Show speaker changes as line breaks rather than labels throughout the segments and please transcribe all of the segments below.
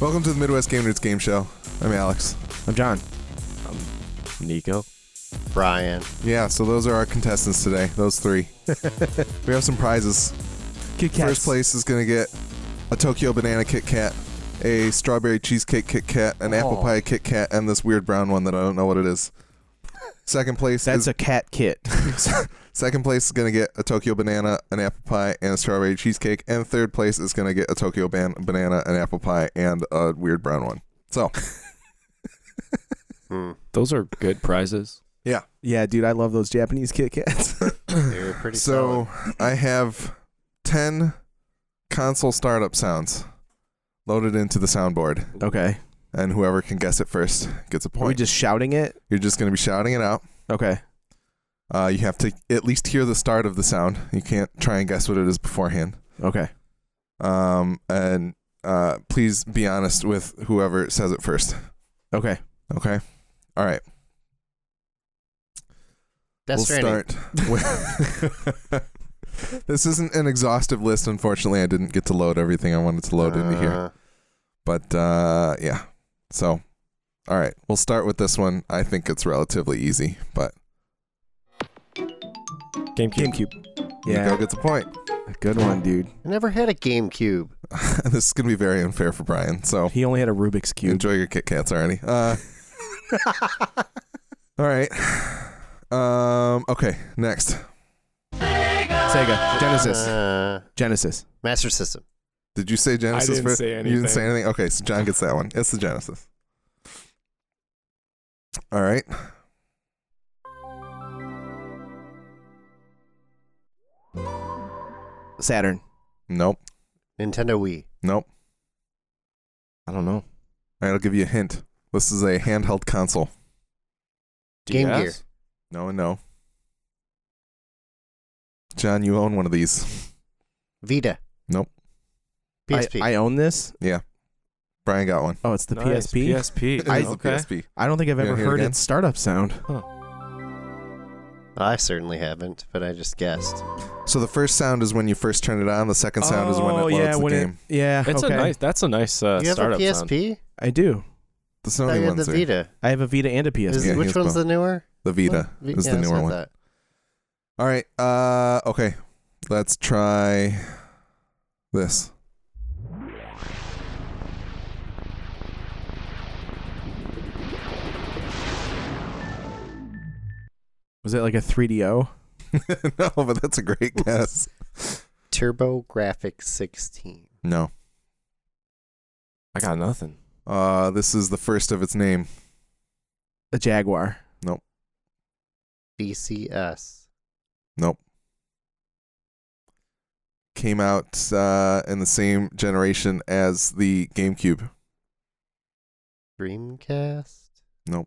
Welcome to the Midwest Game Roots Game Show. I'm Alex.
I'm John.
Nico.
Brian.
Yeah, so those are our contestants today. Those three. we have some prizes.
Kit Kats.
First place is gonna get a Tokyo Banana Kit Kat, a Strawberry Cheesecake Kit Kat, an Apple
Aw.
Pie Kit Kat, and this weird brown one that I don't know what it is. Second place
That's
is
a cat kit.
second place is gonna get a Tokyo Banana, an Apple Pie, and a Strawberry Cheesecake, and third place is gonna get a Tokyo ban- Banana, an Apple Pie, and a weird brown one. So
Hmm.
Those are good prizes.
yeah, dude, I love those Japanese Kit Kats.
They were pretty
So I have 10 console startup sounds loaded into the soundboard,
okay.
and whoever can guess it first gets a
Are we
point.
just shouting it?
You're just going to be shouting it out.
Okay.
Uh, you have to at least hear the start of the sound. You can't try and guess what it is beforehand.
Okay.
Um, and uh, please be honest with whoever says it first.
Okay.
Okay. All right.
Death
we'll
Stranding.
start. with- this isn't an exhaustive list. Unfortunately, I didn't get to load everything I wanted to load into here.
Uh,
But uh, yeah. So, all right, we'll start with this one. I think it's relatively easy, but
GameCube.
GameCube.
Nico
Yeah.
gets a point.
Good one, dude.
I never had a GameCube.
this is gonna be very unfair for Brian. So
He only had a Rubik's Cube.
Oh. enjoy your Kit Kats already. Uh, all right. Um. Okay. Next.
Sega. Genesis.
Uh,
Genesis.
Master System.
Did you say Genesis?
didn't
first?
say
You didn't say
anything.
anything. Okay, so John gets that one. It's the Genesis. All right.
Saturn.
Nope.
Nintendo Wii.
Nope.
I don't know.
All right. I'll give you a hint. This is a handheld console.
Game
DS?
Gear.
No and no. John, you own one of these.
Vita.
Nope.
PSP.
I, I own this.
Brian got one.
Oh, it's the
Nice,
PSP.
PSP.
It is a
okay.
PSP.
I don't think I've
You wanna
ever
hear it
heard
again?
its startup sound.
I certainly haven't, but I just guessed.
So the first sound is when you first turn it on. The second sound is when it
Oh,
loads
yeah,
the
when it-
game.
Yeah.
It's
okay.
a nice. That's a nice uh,
you have a
startup sound.
PSP?
I do.
the
I
Sony
had the
ones are
Vita.
I have a Vita and a PSP.
Is-
Yeah, he
which
has
one's
both.
the newer?
the Vita
Vi-
is
yeah,
the
that's
newer
what I
one.
thought.
All right. Uh. Okay. Let's try this.
Was it like a 3DO?
no, but that's a great guess.
Turbo Graphic 16.
No.
I got nothing.
Uh. This is the first of its name.
A Jaguar.
DCS.
Came out uh, in the same generation as the GameCube.
Dreamcast.
Not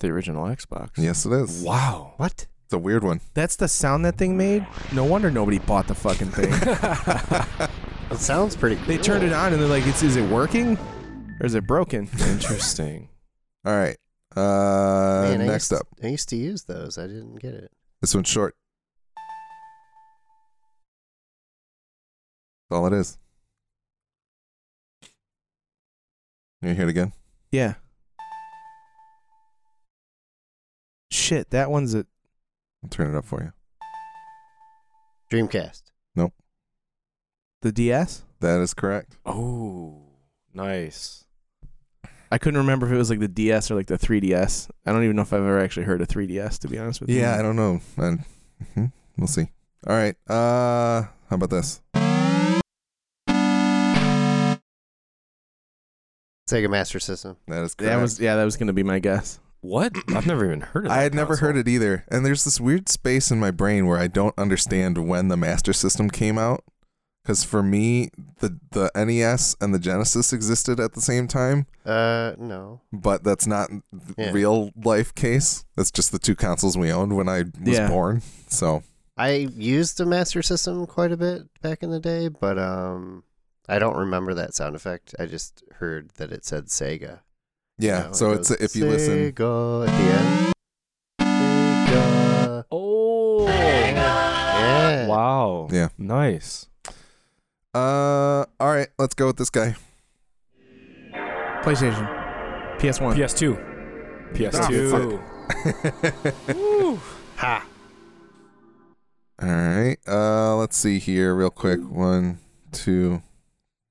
the original Xbox.
Yes, it is.
Wow.
What?
It's a weird one.
That's the sound that thing made? No wonder nobody bought the fucking thing.
It sounds pretty cool.
They turned it on and they're like, "It's is it working, or is it broken?"
Interesting.
All right. Uh,
Man, I
next
used-
up,
I used to use those. I didn't get it.
this one's short. That's all it is. You wanna hear it again?
Yeah. Shit, that one's a
I'll turn it up for you.
Dreamcast.
the DS.
That is correct.
oh, nice.
I couldn't remember if it was like the DS or like the 3DS. I don't even know if I've ever actually heard a 3DS to be honest with you.
Yeah, I don't know. And mhm, we'll see. All right. Uh, how about this?
Sega Master System.
That is correct.
That was yeah, that was gonna be my guess.
What? I've never even heard of. That
I had never
console.
heard it either. And there's this weird space in my brain where I don't understand when the Master System came out. Because for me, the, the NES and the Genesis existed at the same time,
Uh, no.
but that's not th-
Yeah.
real life case. That's just the two consoles we owned when I was
Yeah.
born. So
I used the Master System quite a bit back in the day, but um, I don't remember that sound effect. I just heard that it said Sega.
yeah,
You know,
so
Oh, it
it's
goes,
if you listen,
Sega at the end. Sega.
Oh.
Yeah.
Wow.
Yeah.
Nice.
Uh, all right, let's go with this guy.
PlayStation, PS1.
PS2.
PS2.
All right. Uh, let's see here, real quick. One, two,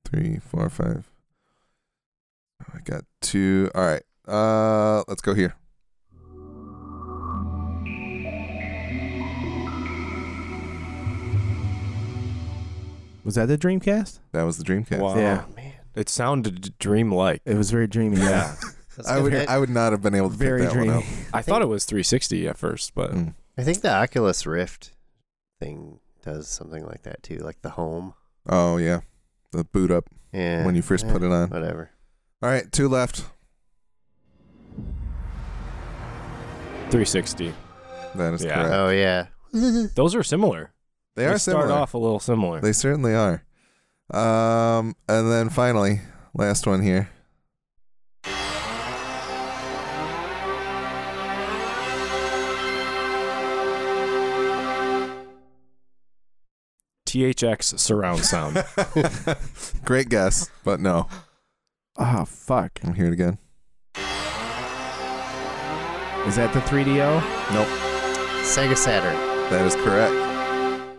three, four, five. Oh, I got two. All right. Uh, let's go here.
Was that the Dreamcast?
That was the Dreamcast.
Wow.
Yeah.
Man,
It sounded dreamlike.
It was very dreamy. Yeah.
that's
I would.
good.
I would not have been able to
very
pick that one
dreamy.
up.
I thought it was 360 at first, but
Mm.
I think the Oculus Rift thing does something like that too, like the home.
Oh yeah, the boot up
Yeah.
when you first
yeah,
put it on.
Whatever.
All right, two left.
360.
That is
Yeah.
correct.
Oh yeah.
Those are similar.
they are similar.
start off a little similar.
They certainly are. Um, and then finally, last one here.
THX surround sound.
Great guess, but no.
Oh fuck.
I'm here again.
Is that the 3DO?
Sega Saturn.
That is correct.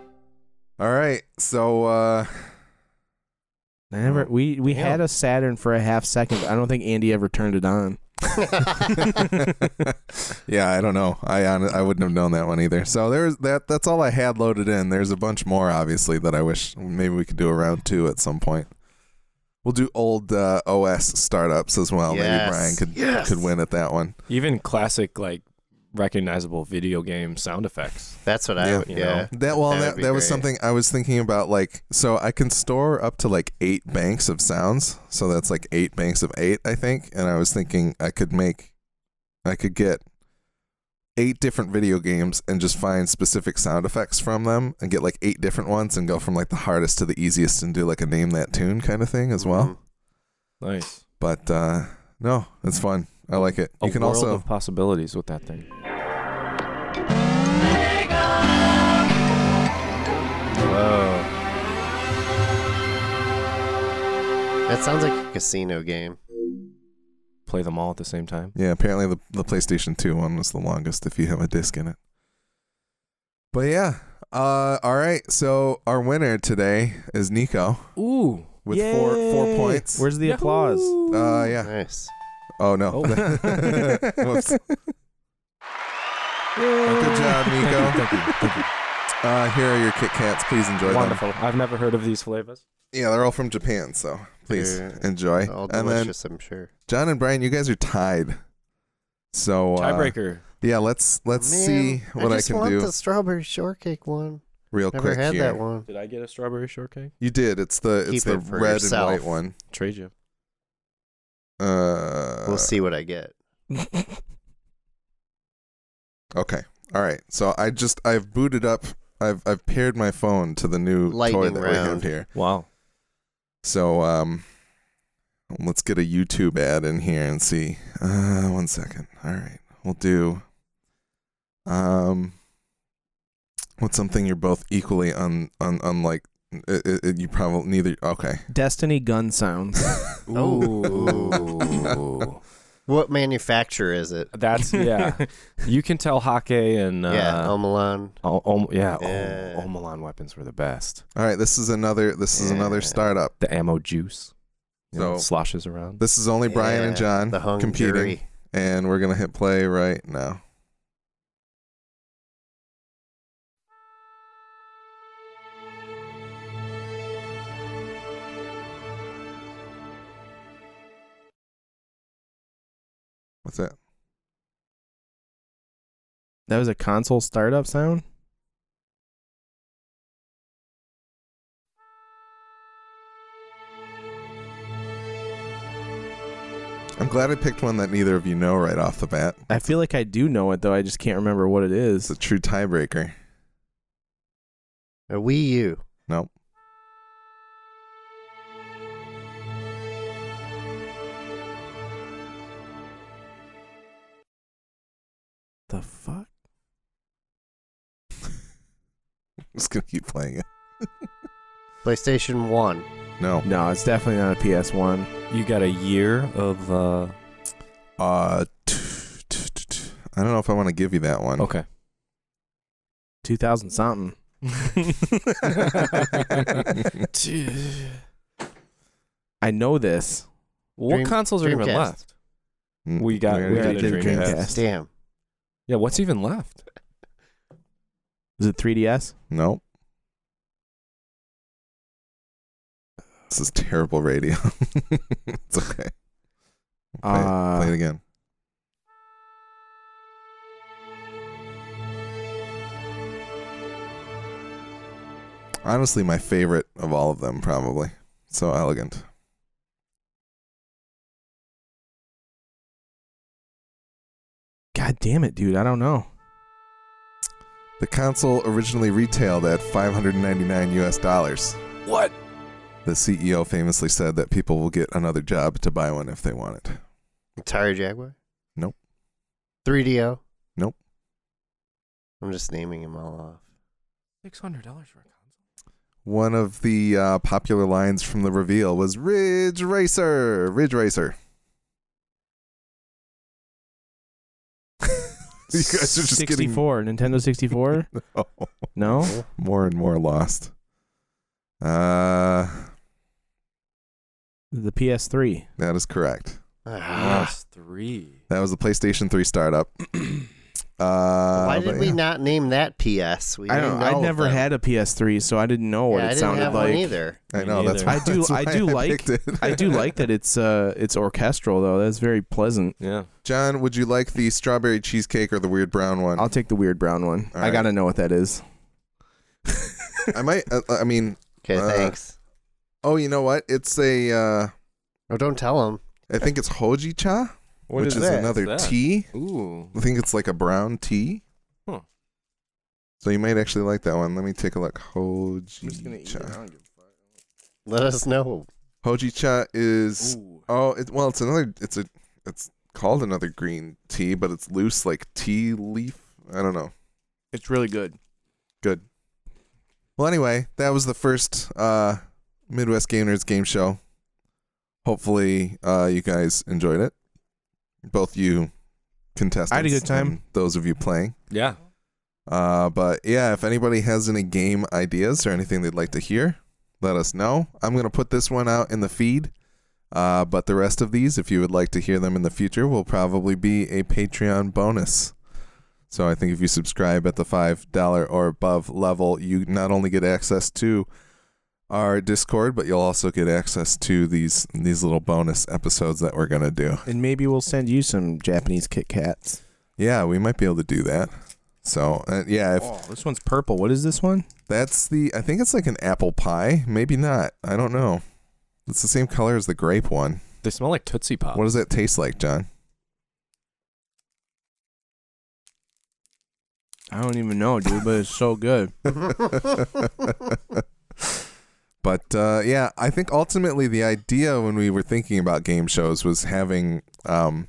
All right. So uh
I never. We we
Yeah.
had a Saturn for a half second. but I don't think Andy ever turned it on.
yeah, I don't know. I hon- I wouldn't have known that one either. So there's that that's all I had loaded in. There's a bunch more obviously that I wish maybe we could do a round 2 at some point. We'll do old uh, OS startups as well. Maybe
Yes.
Brian could
Yes.
could win at that one.
Even classic, like recognizable video game sound effects.
That's what I
Yeah.
would.
You
yeah.
That well,
That
that,
would
that,
be
was
great.
something I was thinking about. Like, so I can store up to like eight banks of sounds. So that's like eight banks of eight, I think. And I was thinking I could make, I could get eight different video games and just find specific sound effects from them and get like eight different ones and go from like the hardest to the easiest and do like a name that tune kind of thing as well.
Mm-hmm.
Mhm.
Nice.
But uh no, it's fun. I like it. You
a
can
world
also
of possibilities with that thing.
Whoa. That sounds like a casino game.
Play them all at the same time.
Yeah, apparently the the PlayStation 2 one was the longest if you have a disc in it. But yeah. Uh all right. So our winner today is Nico
Ooh.
with four four
Yay!
points.
Where's the applause?
uh yeah.
Nice.
Oh no.
Oh.
Whoops. Good job, Nico.
Thank you. Thank you.
Uh here are your Kit Kats. Please enjoy them.
Wonderful. I've never heard of these flavors.
Yeah, they're all from Japan, so please
They're
enjoy.
All
And then
delicious, I'm sure.
John and Brian, you guys are tied. So uh,
Tiebreaker.
Yeah, let's let's see what I,
just
can
want
do
the strawberry shortcake one.
real
Never
quick
had
here.
that one.
Did I get a strawberry shortcake?
You did. It's the it's
Keep
the
it for
red
yourself.
and white one.
Trade you.
Uh,
We'll see what I get.
Okay. All right. So I just I've booted up. I've I've paired my phone to the new toy
Lightning
that we have
round.
here.
Wow.
So um, let's get a YouTube ad in here and see. Uh, one second. All right. We'll do. Um, what's something you're both equally un un unlike? i i i- you probably neither. Okay.
Destiny gun sounds.
Oh.
Ooh.
What manufacturer is it?
That's yeah. you can tell Hake and uh,
yeah, El Milan.
Oh, oh, yeah,
Yeah.
Oh, oh, Milan weapons were the best.
All right. This is another. This is another
Yeah.
startup.
The ammo juice, you
So-
know, it sloshes around.
This is only Brian and
Yeah,
John
the hung
competing,
jury.
and we're gonna hit play right now. What's that?
that was a console startup sound.
I'm glad I picked one that neither of you know right off the bat.
I feel like I do know it though. I just can't remember what it
It's
is.
a true tiebreaker.
A Wii U.
Nope.
The fuck?
I'm just gonna keep playing it.
PlayStation 1.
No.
No, it's definitely not a PS1.
You got a year of. Uh,
Uh, t- t- t- t- I don't know if I want to give you that one.
okay.
2000 something. I know this.
what
Dream-
consoles are even
Dreamcast.
left?
Mm,
We got-
already
we
did
got a
that.
Dreamcast.
Damn.
Yeah, what's even left?
Is it 3DS?
Nope. This is terrible radio. it's okay. We'll Play, it-
Uh,
play it again. Honestly, my favorite of all of them, probably. So elegant.
God damn it, dude. I don't know.
The console originally retailed at 599 US dollars.
What?
The CEO famously said that people will get another job to buy one if they want it.
Atari Jaguar?
Nope.
3DO?
Nope.
I'm just naming them all off.
Six hundred dollars for a console.
One of the uh, popular lines from the reveal was Ridge Racer, Ridge Racer. you guys are just
64, Nintendo 64?
getting oh,
no?
more and more lost. Uh,
The PS3.
that is correct.
Ah,
Yes, three.
That was the PlayStation 3 startup. Uh,
Ah, Why did
but
we
yeah.
not name that PS? We
I
didn't
don't
know
I
of
never
them.
had a PS3, so I didn't know what
yeah,
it
I didn't
sounded
have
like.
one either.
I
Me
know that's
neither.
why,
I do-
that's
I
why
do like-
picked it.
I do like that it's uh it's orchestral though. That's very pleasant.
Yeah.
John, would you like the strawberry cheesecake or the weird brown one?
I'll take the weird brown one.
All
I
right.
got to know what that is.
I might. Uh, I mean,
Okay,
Uh,
thanks.
oh, you know what? It's a. Uh,
Oh, don't tell him.
I think it's hoji cha, which is,
that?
another
What's that?
tea.
Ooh.
I think it's like a brown tea.
Huh.
So you might actually like that one. Let me take a look. Hoji cha.
Let us know.
Hoji cha is
Ooh.
oh, it, well, it's another. It's a. It's called another green tea, but it's loose like tea leaf. I don't know.
It's really good.
Good. Well, anyway, that was the first uh, Midwest Game Nerds game show. Hopefully, uh, you guys enjoyed it. Both you contestants.
I had a good time.
and Those of you playing.
Yeah.
Uh, but yeah, if anybody has any game ideas or anything they'd like to hear, let us know. I'm going to put this one out in the feed. Uh, but the rest of these, if you would like to hear them in the future, will probably be a Patreon bonus. So I think if you subscribe at the $5 or above level, you not only get access to our Discord, but you'll also get access to these these little bonus episodes that we're going to do.
And maybe we'll send you some Japanese Kit Kats.
Yeah, we might be able to do that. So, uh, yeah, if,
Oh, this one's purple. What is this one?
That's the. I think it's like an apple pie. Maybe not. I don't know. It's the same color as the grape one.
They smell like Tootsie Pop.
What does that taste like, John?
I don't even know, dude, but it's so good.
But uh, yeah, I think ultimately the idea when we were thinking about game shows was having um,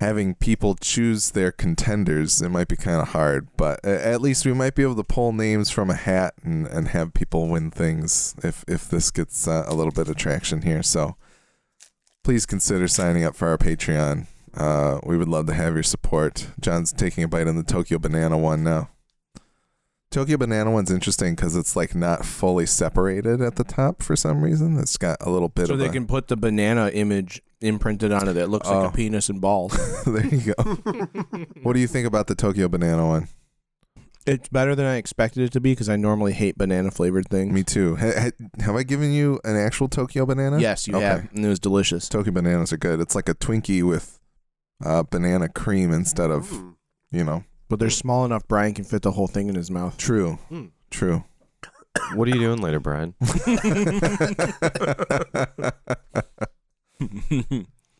having people choose their contenders. It might be kind of hard, but a- at least we might be able to pull names from a hat and, and have people win things if if this gets uh, a little bit of traction here. So please consider signing up for our Patreon. Uh, we would love to have your support. John's taking a bite on the Tokyo Banana one now. Tokyo Banana one's interesting because it's like not fully separated at the top for some reason. It's got a little bit
so
of
they
a,
can put the banana image imprinted on it that looks
Oh.
like a penis and balls.
there you go. what do you think about the Tokyo Banana one?
it's better than I expected it to be because I normally hate banana flavored things.
Me too. Ha- ha- have I given you an actual Tokyo Banana?
Yes, you
Okay.
have, and it was delicious.
Tokyo Bananas are good. It's like a Twinkie with uh, banana cream instead of
Mm.
you know.
But they're small enough Brian can fit the whole thing in his mouth.
True.
Hmm.
True.
What are you doing later, Brian?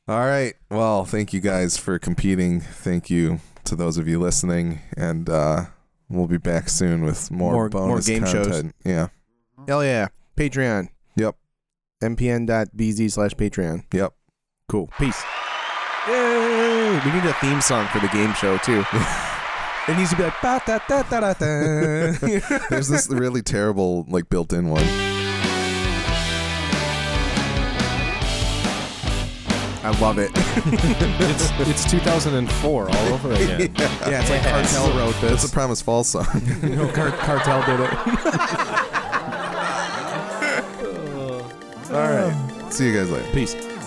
All right. Well, thank you guys for competing. Thank you to those of you listening, and uh, we'll be back soon with more
More- more
bonus
game shows.
content. Yeah.
Hell yeah. Patreon.
Yep.
mpn.bz slash Patreon.
Yep.
Cool. Peace. Yay! We need a theme song for the game show, too. it needs to be like. ba da da da da da.
There's this really terrible like built-in one. I love it.
it's it's 2004 all over again.
yeah, it's like Cartel wrote this. It's a Promise Falls song.
no, Car- Cartel did it.
All right. See you guys later.
Peace.